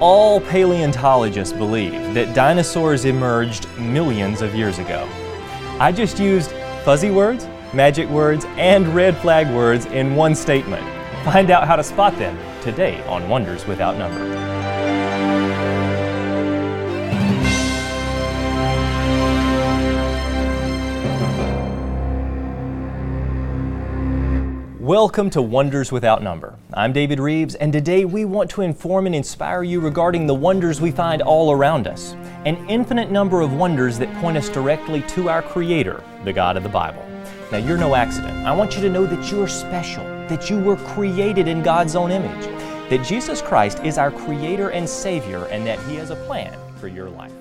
All paleontologists believe that dinosaurs emerged millions of years ago. I just used fuzzy words, magic words, and red flag words in one statement. Find out how to spot them today on Wonders Without Number. Welcome to Wonders Without Number. I'm David Reeves, and today we want to inform and inspire you regarding the wonders we find all around us an infinite number of wonders that point us directly to our Creator, the God of the Bible. Now, you're no accident. I want you to know that you're special, that you were created in God's own image, that Jesus Christ is our Creator and Savior, and that He has a plan for your life.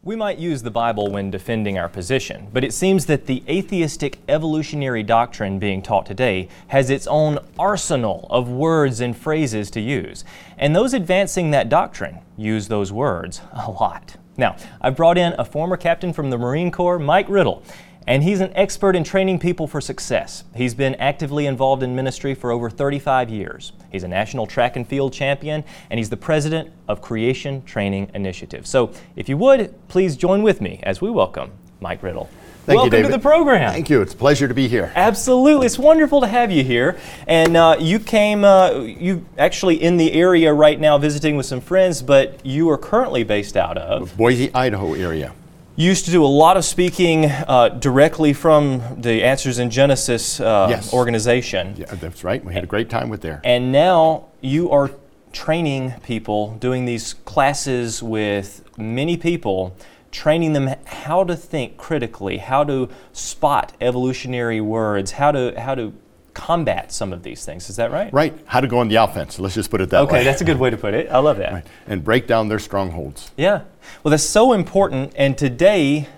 We might use the Bible when defending our position, but it seems that the atheistic evolutionary doctrine being taught today has its own arsenal of words and phrases to use. And those advancing that doctrine use those words a lot. Now, I've brought in a former captain from the Marine Corps, Mike Riddle, and he's an expert in training people for success. He's been actively involved in ministry for over 35 years. He's a national track and field champion, and he's the president of Creation Training Initiative. So, if you would, please join with me as we welcome Mike Riddle. Thank you, welcome David. to the program. Thank you. It's a pleasure to be here. Absolutely, it's wonderful to have you here. And uh, you came, uh, you actually in the area right now visiting with some friends, but you are currently based out of. Boise, Idaho area. You used to do a lot of speaking uh, directly from the Answers in Genesis uh, Yes. organization, Yeah, that's right. We had a great time with there. and now you are training people, doing these classes with many people. Training them how to think critically, how to spot evolutionary words, how to how to combat some of these things. Is that right? Right. How to go on the offense. Let's just put it that way. Okay, that's a good way to put it. I love that. Right. And break down their strongholds. Yeah. Well, that's so important. And today,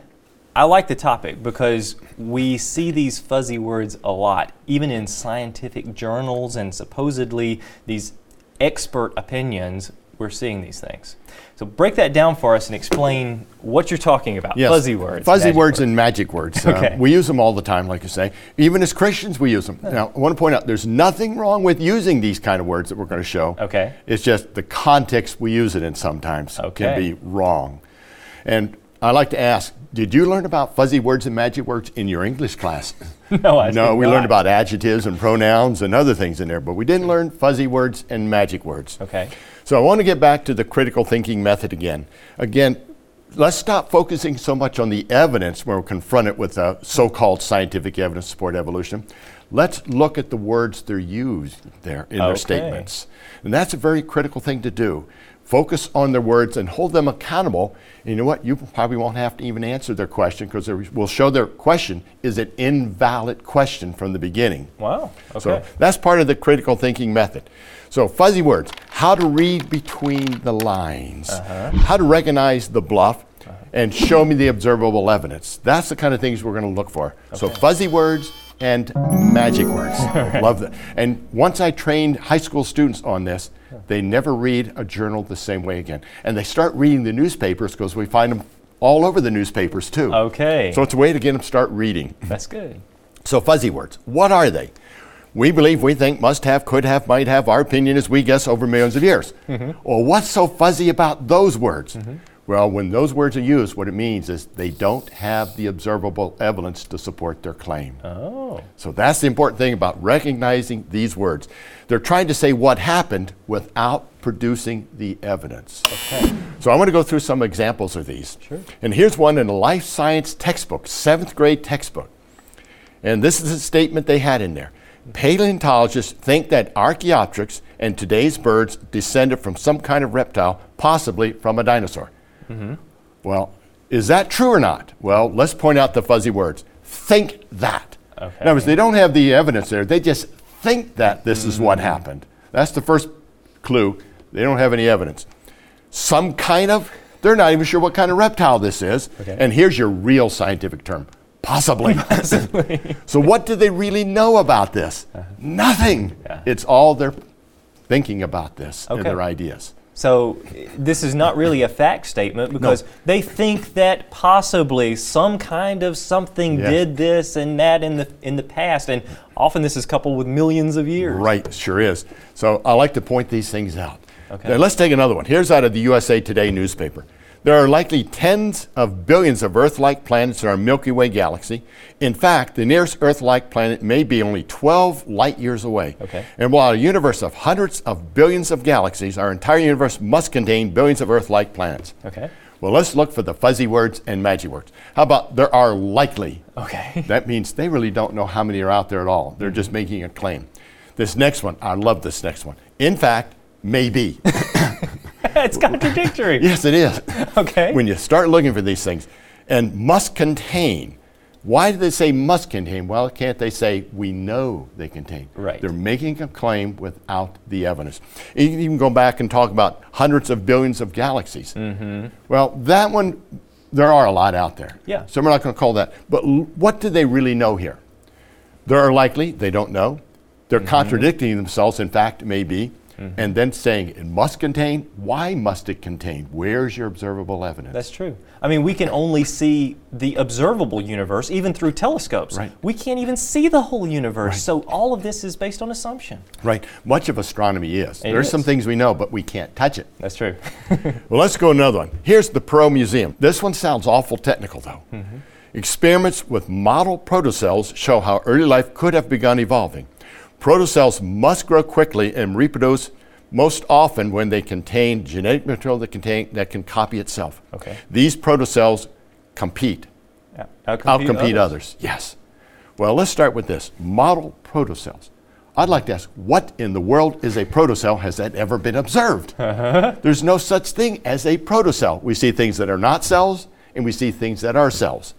I like the topic because we see these fuzzy words a lot, even in scientific journals and supposedly these expert opinions. We're seeing these things. So break that down for us and explain what you're talking about. Yes. Fuzzy words. Fuzzy magic words and magic words. Uh, Okay. we use them all the time, like you say. Even as Christians, we use them. Now, I want to point out there's nothing wrong with using these kind of words that we're going to show. Okay. It's just the context we use it in sometimes Okay. can be wrong. And I like to ask did you learn about fuzzy words and magic words in your English class? No, I No, did we not. learned about adjectives and pronouns and other things in there, but we didn't learn fuzzy words and magic words. Okay. So I want to get back to the critical thinking method again. Again, let's stop focusing so much on the evidence when we're confronted with uh, so called scientific evidence to support evolution. Let's look at the words they're used there in their Okay. statements. And that's a very critical thing to do. Focus on their words and hold them accountable. And you know what? You probably won't have to even answer their question because we'll show their question is an invalid question from the beginning. Wow. Okay. So that's part of the critical thinking method. So fuzzy words, how to read between the lines, how to recognize the bluff, and show me the observable evidence. That's the kind of things we're going to look for. So fuzzy words and magic words. I Love that. And once I trained high school students on this, they never read a journal the same way again. And they start reading the newspapers because we find them all over the newspapers too. Oh, okay. So it's a way to get them to start reading. that's good. So fuzzy words, what are they? We believe, we think, must have, could have, might have, our opinion is we guess over millions of years. Well, what's so fuzzy about those words? Well, when those words are used, what it means is they don't have the observable evidence to support their claim. Oh. So that's the important thing about recognizing these words. They're trying to say what happened without producing the evidence. Okay. So I want to go through some examples of these. Sure. And here's one in a life science textbook, seventh grade textbook. And this is a statement they had in there. Paleontologists think that Archaeopteryx and today's birds descended from some kind of reptile, possibly from a dinosaur. Well, is that true or not? Well, let's point out the fuzzy words. Think that. Okay. In other words, they don't have the evidence there. They just think that this is Mm-hmm. what happened. That's the first clue. They don't have any evidence. Some kind of, they're not even sure what kind of reptile this is. Okay. And here's your real scientific term possibly. so, what do they really know about this? Nothing. Uh-huh. Yeah. It's all they're thinking about this and Okay. their ideas. So i- this is not really a fact statement because they think that possibly some kind of something Yes. did this and that in the in the past, and often this is coupled with millions of years. Right, sure is. So I like to point these things out. Now, let's take another one. Here's out of the USA Today newspaper. There are likely tens of billions of Earth like planets in our Milky Way galaxy. In fact, the nearest Earth like planet may be only 12 light years away. Okay. And while a universe of hundreds of billions of galaxies, our entire universe must contain billions of Earth like planets. Okay. Well, let's look for the fuzzy words and magic words. How about there are likely? Okay. Mm-hmm. That means they really don't know how many are out there at all. They're just making a claim. This next one, I love this next one. In fact, maybe. it's contradictory. yes, it is. Okay. When you start looking for these things, and must contain. Why do they say must contain? Well, can't they say we know they contain? Right. They're making a claim without the evidence. You can even go back and talk about hundreds of billions of galaxies. Mm-hmm. Well, that one, there are a lot out there. Yeah. So we're not going to call that. But l- what do they really know here? There are likely, they don't know. They're Mm-hmm. contradicting themselves, in fact, maybe, and then saying it must contain. Why must it contain? Where's your observable evidence? That's true. I mean, we can only see the observable universe even through telescopes. Right. We can't even see the whole universe. So all of this is based on assumption. right. Much of astronomy is. It There's some is. things we know, but we can't touch it. That's true. Well, let's go another one. Here's the Pro Museum. This one sounds awful technical, though. Experiments with model protocells show how early life could have begun evolving. Protocells must grow quickly and reproduce most often when they contain genetic material that, contain, that can copy itself. Okay. These protocells compete, Yeah. Outcompete outcompete others. Yes. Well, let's start with this model protocells. I'd like to ask, what in the world is a protocell? Has that ever been observed? There's no such thing as a protocell. We see things that are not cells, and we see things that are cells.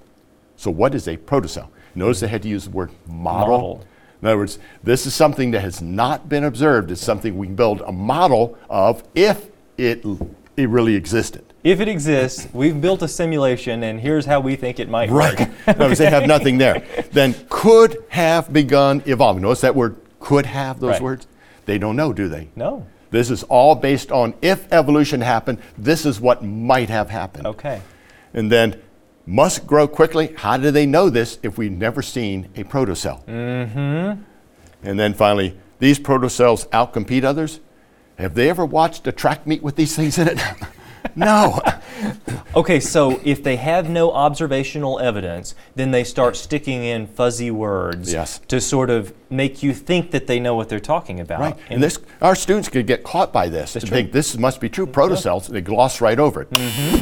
So, what is a protocell? Notice they had to use the word model. Model. In other words, this is something that has not been observed. It's something we can build a model of if it, it really existed. If it exists, we've built a simulation, and here's how we think it might Right. work. In other words, they have nothing there. Then could have begun evolving. Notice that word could have, those Right. words? They don't know, do they? No. This is all based on if evolution happened, this is what might have happened. Okay. And then must grow quickly. How do they know this if we've never seen a protocell? Mm-hmm. And then finally, these protocells outcompete others. Have they ever watched a track meet with these things in it? no. Okay, so if they have no observational evidence, then they start sticking in fuzzy words Yes. to sort of make you think that they know what they're talking about. Right. And this, our students could get caught by this and Uh, true. think this must be true. Protocells, they gloss right over it.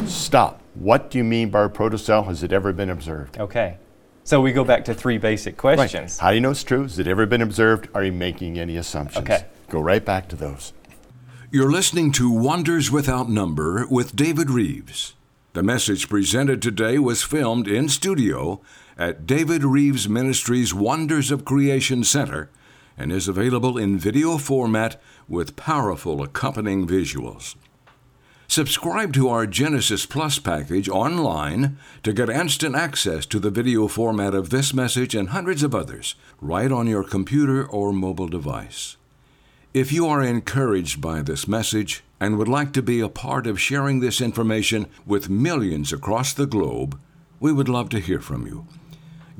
Stop. What do you mean by a protocell? Has it ever been observed? Okay. So we go back to three basic Right. questions. How do you know it's true? Has it ever been observed? Are you making any assumptions? Okay. Go right back to those. You're listening to Wonders Without Number with David Reeves. The message presented today was filmed in studio at David Reeves Ministries Wonders of Creation Center and is available in video format with powerful accompanying visuals. Subscribe to our Genesis Plus package online to get instant access to the video format of this message and hundreds of others right on your computer or mobile device. If you are encouraged by this message and would like to be a part of sharing this information with millions across the globe, we would love to hear from you.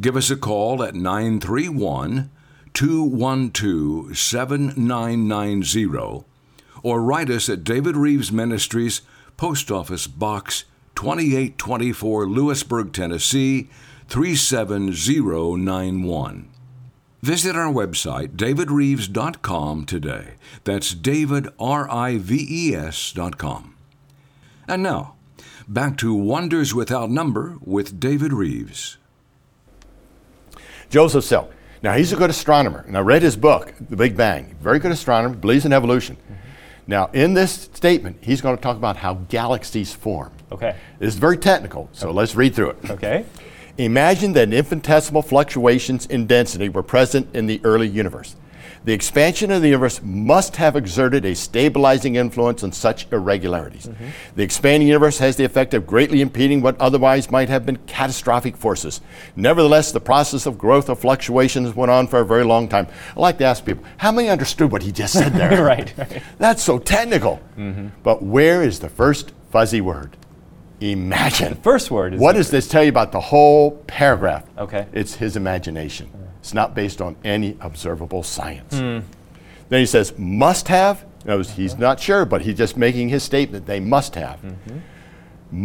Give us a call at 931 212 7990 or write us at David Reeves Ministries, Post Office Box 2824, Lewisburg, Tennessee 37091. Visit our website, davidreeves.com, today. That's David, R I V E S, dot com. And now, back to Wonders Without Number with David Reeves. Joseph Silk. Now, he's a good astronomer, and I read his book, The Big Bang. Very good astronomer, believes in evolution. Now, in this statement, he's going to talk about how galaxies form. Okay. It's very technical, so let's read through it. Okay. Imagine that infinitesimal fluctuations in density were present in the early universe. The expansion of the universe must have exerted a stabilizing influence on such irregularities. The expanding universe has the effect of greatly impeding what otherwise might have been catastrophic forces. Nevertheless, the process of growth of fluctuations went on for a very long time. I like to ask people, how many understood what he just said there? Right, right. That's so technical. But where is the first fuzzy word? Imagine. First word is What does this tell you about the whole paragraph? Okay. It's his Hmm. imagination. It's not based on any observable science. Then he says, must have In other words, He's Uh-huh. not sure, but he's just making his statement they must have. Mm-hmm.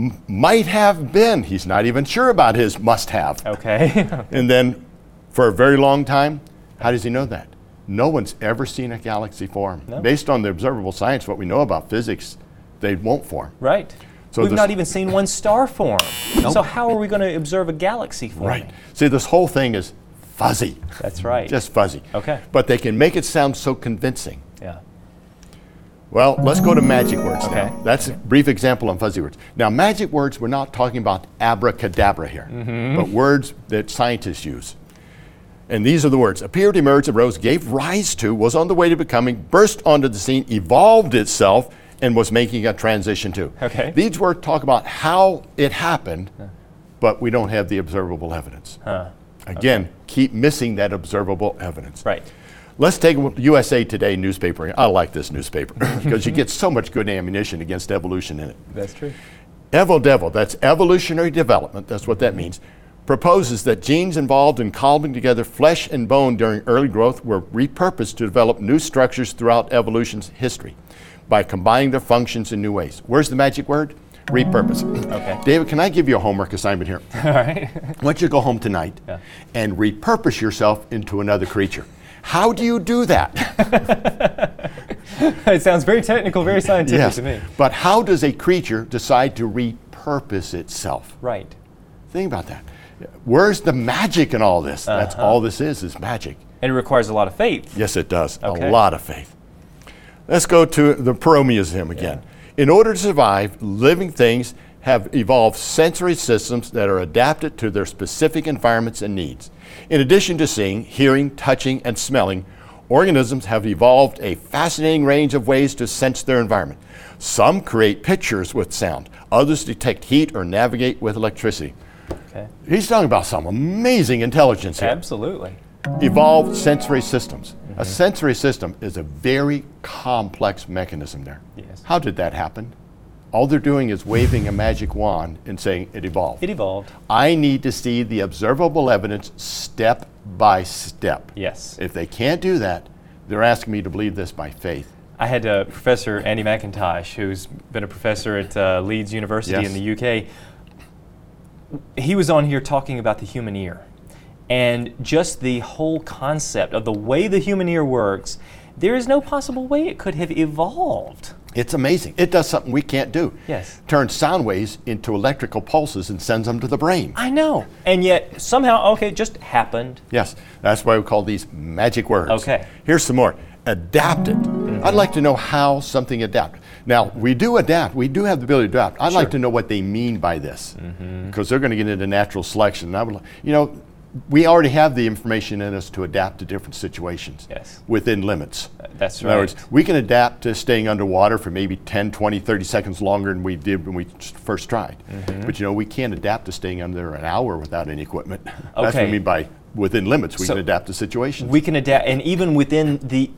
M- might have been. He's not even sure about his must have. Okay. And then for a very long time, how does he know that? No one's ever seen a galaxy form. Based on the observable science, what we know about physics, they won't form. right. So We've this- not even seen one star form. So how are we going to observe a galaxy form? See, this whole thing is fuzzy, That's right. just fuzzy. Okay. But they can make it sound so convincing. yeah. Well, let's go to magic words Okay. now. That's a brief example on fuzzy words. Now, magic words, we're not talking about abracadabra here, Mm-hmm. but words that scientists use. And these are the words appeared, emerged, arose, gave rise to, was on the way to becoming, burst onto the scene, evolved itself, and was making a transition to. Okay. These words talk about how it happened, but we don't have the observable evidence. Again, keep missing that observable evidence. Right. Let's take a USA Today newspaper. I like this newspaper because you get so much good ammunition against evolution in it. That's true. Evo Devil, that's evolutionary development, that's what that means, proposes that genes involved in cobbling together flesh and bone during early growth were repurposed to develop new structures throughout evolution's history by combining their functions in new ways. Where's the magic word? Repurpose. Okay. David, can I give you a homework assignment here? All right. I want you to go home tonight and repurpose yourself into another creature. How do you do that? it sounds very technical, very scientific to me. But how does a creature decide to repurpose itself? Right. Think about that. Where's the magic in all this? That's all this is, is magic. And it requires a lot of faith. Yes, it does. Okay. A lot of faith. Let's go to the Peromius hymn again. In order to survive, living things have evolved sensory systems that are adapted to their specific environments and needs. In addition to seeing, hearing, touching, and smelling, organisms have evolved a fascinating range of ways to sense their environment. Some create pictures with sound, others detect heat or navigate with electricity. Okay. He's talking about some amazing intelligence here Absolutely. evolved sensory systems. Mm-hmm. A sensory system is a very complex mechanism there. Yes. How did that happen? All they're doing is waving a magic wand and saying it evolved. It evolved. I need to see the observable evidence step by step. Yes. If they can't do that, they're asking me to believe this by faith. I had uh, Professor Andy McIntosh, who's been a professor at uh, Leeds University in Yes. the UK. He was on here talking about the human ear and just the whole concept of the way the human ear works. There is no possible way it could have evolved. It's amazing. It does something we can't do. Yes. Turns sound waves into electrical pulses and sends them to the brain. I know. And yet, somehow, okay, it just happened. Yes, that's why we call these magic words. Okay. Mm-hmm. Here's some more. Adapted. I'd like to know how something adapted. Now, we do adapt. We do have the ability to adapt. I'd like to know what they mean by this Mm-hmm. because they're going to get into natural selection. And I would, li- you know, we already have the information in us to adapt to different situations Yes. within limits. That's In other words, right. we can adapt to staying underwater for maybe 10, 20, 30 seconds longer than we did when we s- first tried. Mm-hmm. But you know, we can't adapt to staying under an hour without any equipment. That's what Okay. I mean by within limits. We So- can adapt to situations. We can adapt, and even within the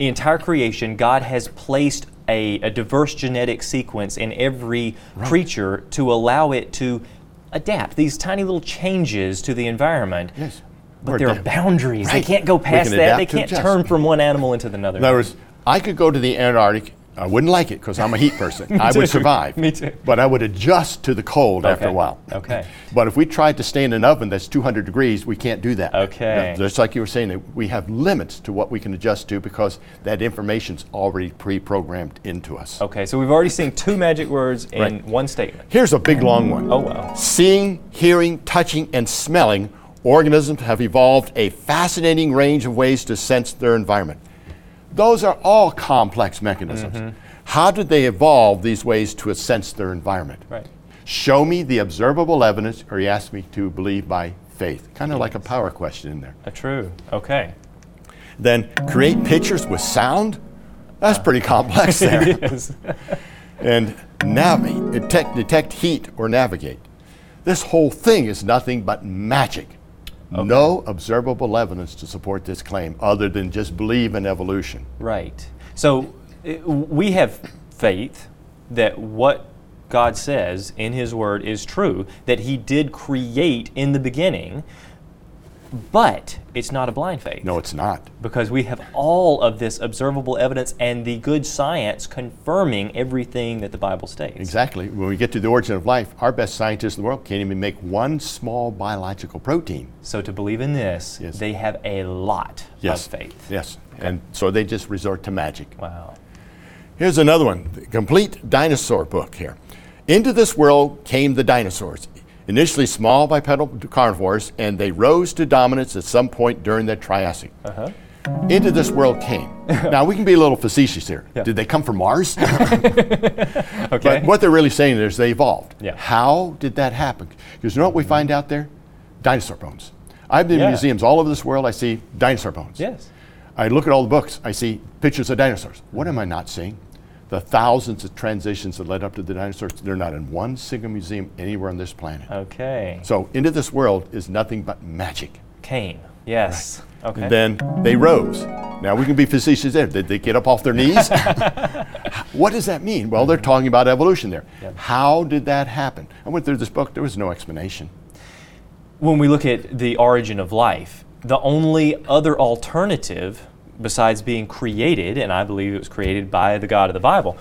entire creation, God has placed a, a diverse genetic sequence in every creature to allow it to adapt these tiny little changes to the environment. Yes. But We're there are adap- boundaries. They Right. can't go We past can that. adapt They to can't adjust. turn from one animal into the another. In other words, I could go to the Antarctic. I wouldn't like it because I'm a heat person. I too. would survive. Me too. But I would adjust to the cold after a Okay. while. Okay. But if we tried to stay in an oven that's 200 degrees, we can't do that. Okay. Now, just like you were saying, that we have limits to what we can adjust to because that information's already pre programmed into us. okay, so we've already seen two magic words in Right. one statement. Here's a big long one. Oh, wow. Seeing, hearing, touching, and smelling, organisms have evolved a fascinating range of ways to sense their environment. Those are all complex mechanisms. Mm-hmm. How did they evolve these ways to sense their environment? Right. Show me the observable evidence, or you ask me to believe by faith. Kind of like a power question in there. Uh, true. Okay. Then create pictures with sound. That's pretty complex there. Yes. and navigate, detect, detect heat or navigate. This whole thing is nothing but magic. No observable evidence to support this claim other than just believe in evolution. Right. So i- we have faith that what God says in His Word is true, that He did create in the beginning. But it's not a blind faith. No, it's not. Because we have all of this observable evidence and the good science confirming everything that the Bible states. Exactly. When we get to the origin of life, our best scientists in the world can't even make one small biological protein. So to believe in this, Yes. they have a lot Yes. of faith. Yes. And so they just resort to magic. Wow. Here's another one the complete dinosaur book here. Into this world came the dinosaurs, initially small bipedal carnivores, and they rose to dominance at some point during the Triassic. Uh-huh. Into this world came. now, we can be a little facetious here. Did they come from Mars? Okay. But what they're really saying is they evolved. Yeah. How did that happen? Because you know what we find out there? Dinosaur bones. I've been Yeah. in museums all over this world. I see dinosaur bones. yes. I look at all the books. I see pictures of dinosaurs. What am I not seeing? The thousands of transitions that led up to the dinosaurs. They're not in one single museum anywhere on this planet. Okay. So into this world is nothing but magic. Cain. Yes. Okay. And then they rose. Now we can be facetious there. Did they get up off their knees? what does that mean? Well, they're talking about evolution there. How did that happen? I went through this book, there was no explanation. when we look at the origin of life, the only other alternative, besides being created, and I believe it was created by the God of the Bible,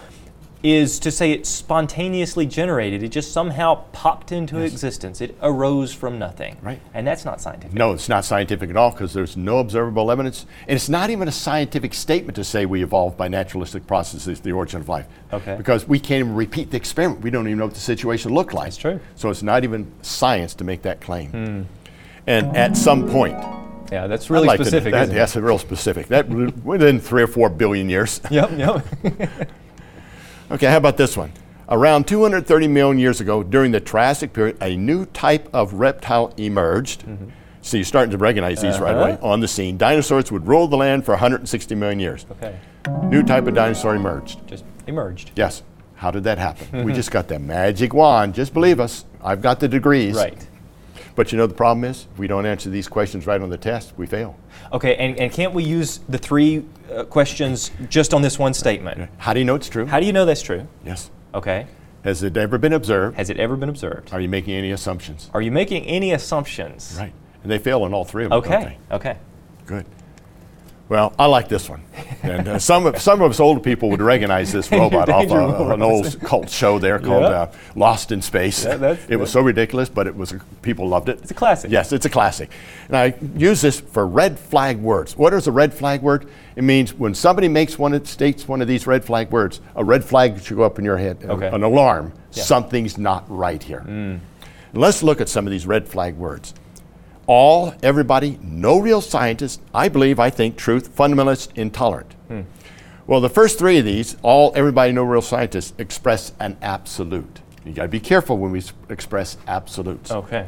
is to say it spontaneously generated. It just somehow popped into existence. It arose from nothing. Right. And that's not scientific. No, it's not scientific at all because there's no observable evidence. And it's not even a scientific statement to say we evolved by naturalistic processes, the origin of life. Okay. Because we can't even repeat the experiment. We don't even know what the situation looked like. That's true. So it's not even science to make that claim. And at some point, Yeah, that's I'd really like to- specific. that- isn't it? That's real specific. That within three or four billion years. Yep, yep. Okay, how about this one? Around 230 million years ago, during the Triassic period, a new type of reptile emerged. Mm-hmm. So you're starting to recognize these right away Uh-huh. on the scene. Dinosaurs would rule the land for 160 million years. okay. New type of dinosaur emerged. Just emerged. Yes. How did that happen? we just got that magic wand. Just believe us. I've got the degrees. Right. But you know the problem is, if we don't answer these questions right on the test, we fail. Okay, and, and can't we use the three uh, questions just on this one statement? How do you know it's true? How do you know that's true? yes. Okay. Has it ever been observed? Has it ever been observed? Are you making any assumptions? Are you making any assumptions? Right. And they fail on all three of them. don't Okay. Okay. they? Good. Well, I like this one. And uh, some, of, some of us older people would recognize this robot off Danger a- an old cult show there called Yeah. uh, Lost in Space. Yeah, that's- it was so ridiculous, but it was people loved it. It's a classic. Yes, it's a classic. And I use this for red flag words. What is a red flag word? It means when somebody makes one, of- states one of these red flag words, a red flag should go up in your head, a- Okay. Mm. an alarm. Something's not right here. Let's look at some of these red flag words. All, everybody, no real scientist, I believe, I think, truth, fundamentalist, intolerant. Hmm. Well, the first three of these, all, everybody, no real scientist, express an absolute. You gotta be careful when we s- express absolutes. Okay.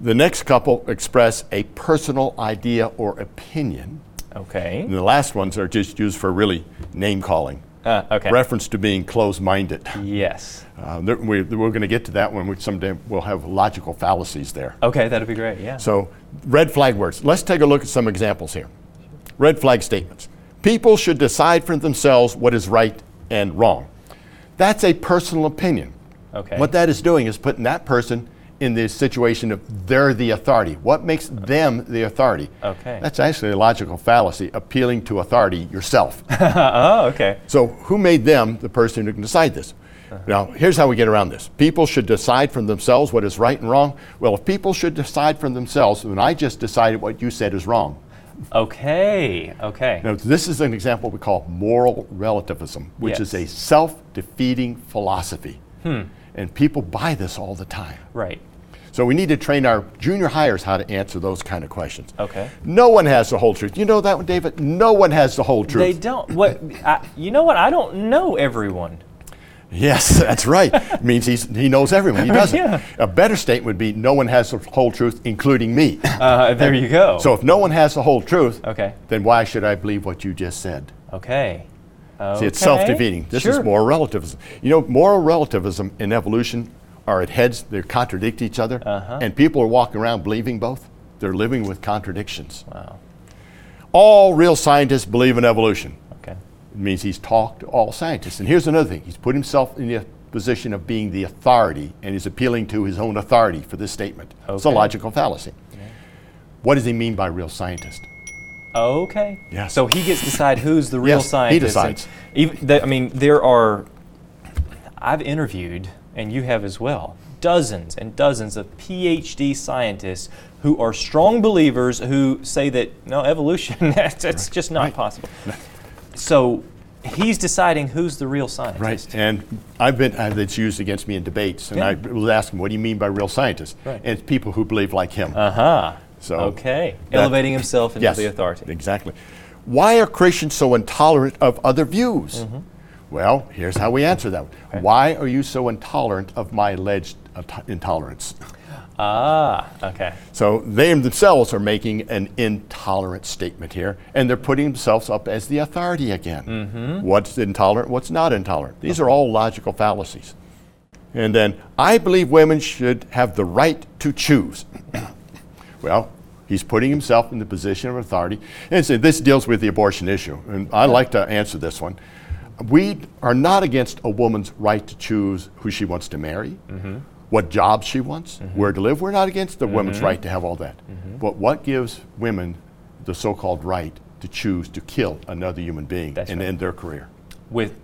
The next couple express a personal idea or opinion. Okay. And the last ones are just used for really name calling, Uh, okay. reference to being closed minded. yes. Uh, there- we, we're gonna get to that one. We someday we'll have logical fallacies there. Okay, that'd be great. Yeah. So, red flag words. Let's take a look at some examples here. Red flag statements. People should decide for themselves what is right and wrong. That's a personal opinion. Okay. What that is doing is putting that person in the situation of they're the authority. What makes them the authority? Okay. That's actually a logical fallacy, appealing to authority yourself. oh, okay. So, who made them the person who can decide this? Uh-huh. Now, here's how we get around this. People should decide from themselves what is right and wrong. Well, if people should decide from themselves, then I just decided what you said is wrong. Okay. Okay. Now, this is an example we call moral relativism, which is Yes. Hmm. a self defeating philosophy. And people buy this all the time. Right. So, we need to train our junior hires how to answer those kind of questions. Okay. No one has the whole truth. You know that one, David? No one has the whole truth. They don't. What? I, you know what? I don't know everyone. Yes, that's right. It means he's, he knows everyone. He doesn't. Yeah. A better statement would be no one has the whole truth, including me. Uh, there you go. so if no one has the whole truth, Okay. then why should I believe what you just said? Okay. See, it's Okay. self defeating. This is Sure. moral relativism. You know, moral relativism and evolution are at heads, they contradict each other, Uh-huh. and people are walking around believing both. They're living with contradictions. Wow. All real scientists believe in evolution. Okay. It means he's talked to all scientists. And here's another thing he's put himself in the position of being the authority, and he's appealing to his own authority for this statement. It's a Okay. logical fallacy. What does he mean by real scientist? Okay. Yes. So he gets to decide who's the real Yes, he scientist. and decides. Even the, I mean, there are. I've interviewed, and you have as well, dozens and dozens of PhD scientists who are strong believers who say that no evolution, that's, that's just not possible. So he's deciding who's the real scientist. Right. And I've been, I, that's used against me in debates. And I Yeah. was asking, what do you mean by real scientist? Right. And it's people who believe like him. Uh huh. So Okay. that- Elevating himself into yes, the authority. Exactly. Why are Christians so intolerant of other views? Mm-hmm. Well, here's how we answer that. Why are you so intolerant of my alleged int- intolerance? Ah, okay. So they themselves are making an intolerant statement here, and they're putting themselves up as the authority again. What's intolerant? What's not intolerant? These are all logical fallacies. And then I believe women should have the right to choose. well, he's putting himself in the position of authority, and so this deals with the abortion issue. And I like to answer this one. We are not against a woman's right to choose who she wants to marry Mm-hmm. what jobs she wants, where to live. We're not against the Mm-hmm. woman's right to have all that. But what gives women the so called right to choose to kill another human being That's and right. end their career? with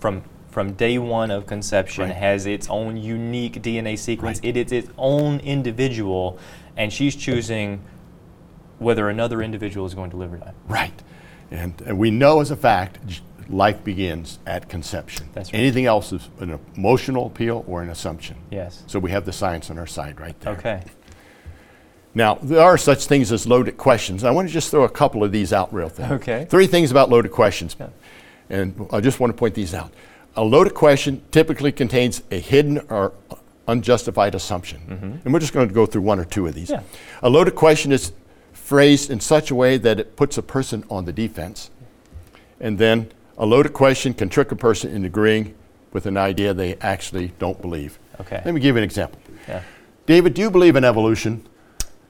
from from day one of conception Right. has its own unique DNA sequence. It is its own individual, and she's choosing whether another individual is going to live or die. Right. And, and we know as a fact, j- life begins at conception. That's right. Anything else is an emotional appeal or an assumption. Yes. So we have the science on our side right there. Okay. Now, there are such things as loaded questions. I want to just throw a couple of these out real quick. Okay. Three things about loaded questions. And I just want to point these out. A loaded question typically contains a hidden or unjustified assumption. And we're just going to go through one or two of these. Mm-hmm. Yeah. A loaded question is phrased in such a way that it puts a person on the defense. And then a loaded question can trick a person into agreeing with an idea they actually don't believe. Okay. Let me give you an example. Yeah. David, do you believe in evolution?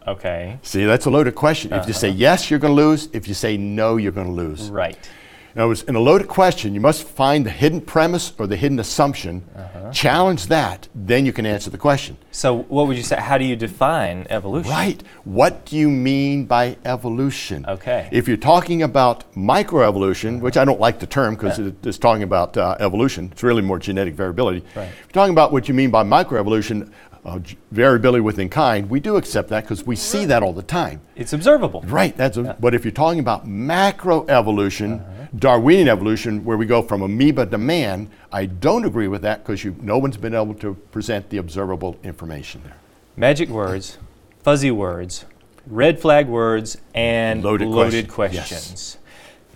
Okay. See, that's a loaded question. If you say Uh-huh. yes, you're going to lose. If you say no, you're going to lose. Right. In other words, in a loaded question, you must find the hidden premise or the hidden assumption, Uh-huh. challenge that, then you can answer the question. So, what would you say? How do you define evolution? Right. What do you mean by evolution? Okay. If you're talking about microevolution, which I don't like the term because it it's talking about uh, evolution, it's really more genetic variability. Right. If you're talking about what you mean by microevolution, uh, g- variability within kind, we do accept that because we see that all the time. It's observable. Right. That's a, But if you're talking about macroevolution, Darwinian evolution, where we go from amoeba to man, I don't agree with that because no one's been able to present the observable information there. Magic words, fuzzy words, red flag words, and Loaded loaded, question. Yes. questions.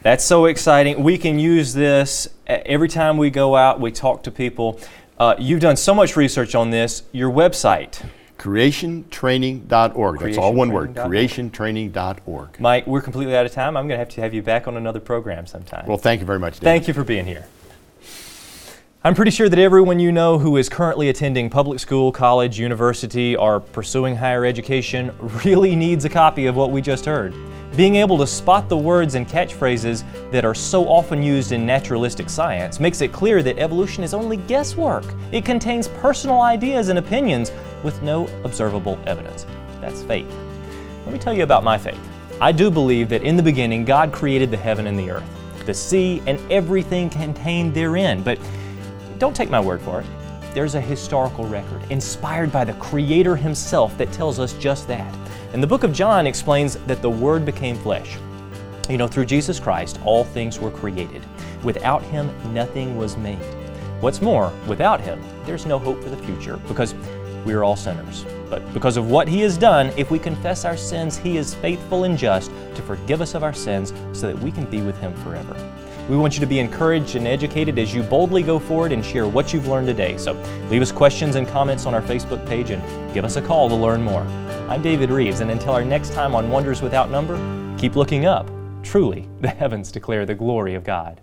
That's so exciting. We can use this e- every time we go out, we talk to people. Uh, you've done so much research on this. Your website, Creationtraining.org. That's all one word. Creationtraining.org. Mike, we're completely out of time. I'm going to have to have you back on another program sometime. Well, thank you very much, David. Thank you for being here. I'm pretty sure that everyone you know who is currently attending public school, college, university, or pursuing higher education really needs a copy of what we just heard. Being able to spot the words and catchphrases that are so often used in naturalistic science makes it clear that evolution is only guesswork. It contains personal ideas and opinions with no observable evidence. That's faith. Let me tell you about my faith. I do believe that in the beginning, God created the heaven and the earth, the sea, and everything contained therein. But don't take my word for it. There's a historical record inspired by the Creator Himself that tells us just that. And the book of John explains that the Word became flesh. You know, through Jesus Christ, all things were created. Without him, nothing was made. What's more, without him, there's no hope for the future because we are all sinners. But because of what he has done, if we confess our sins, he is faithful and just to forgive us of our sins so that we can be with him forever. We want you to be encouraged and educated as you boldly go forward and share what you've learned today. So leave us questions and comments on our Facebook page and give us a call to learn more. I'm David Reeves, and until our next time on Wonders Without Number, keep looking up. Truly, the heavens declare the glory of God.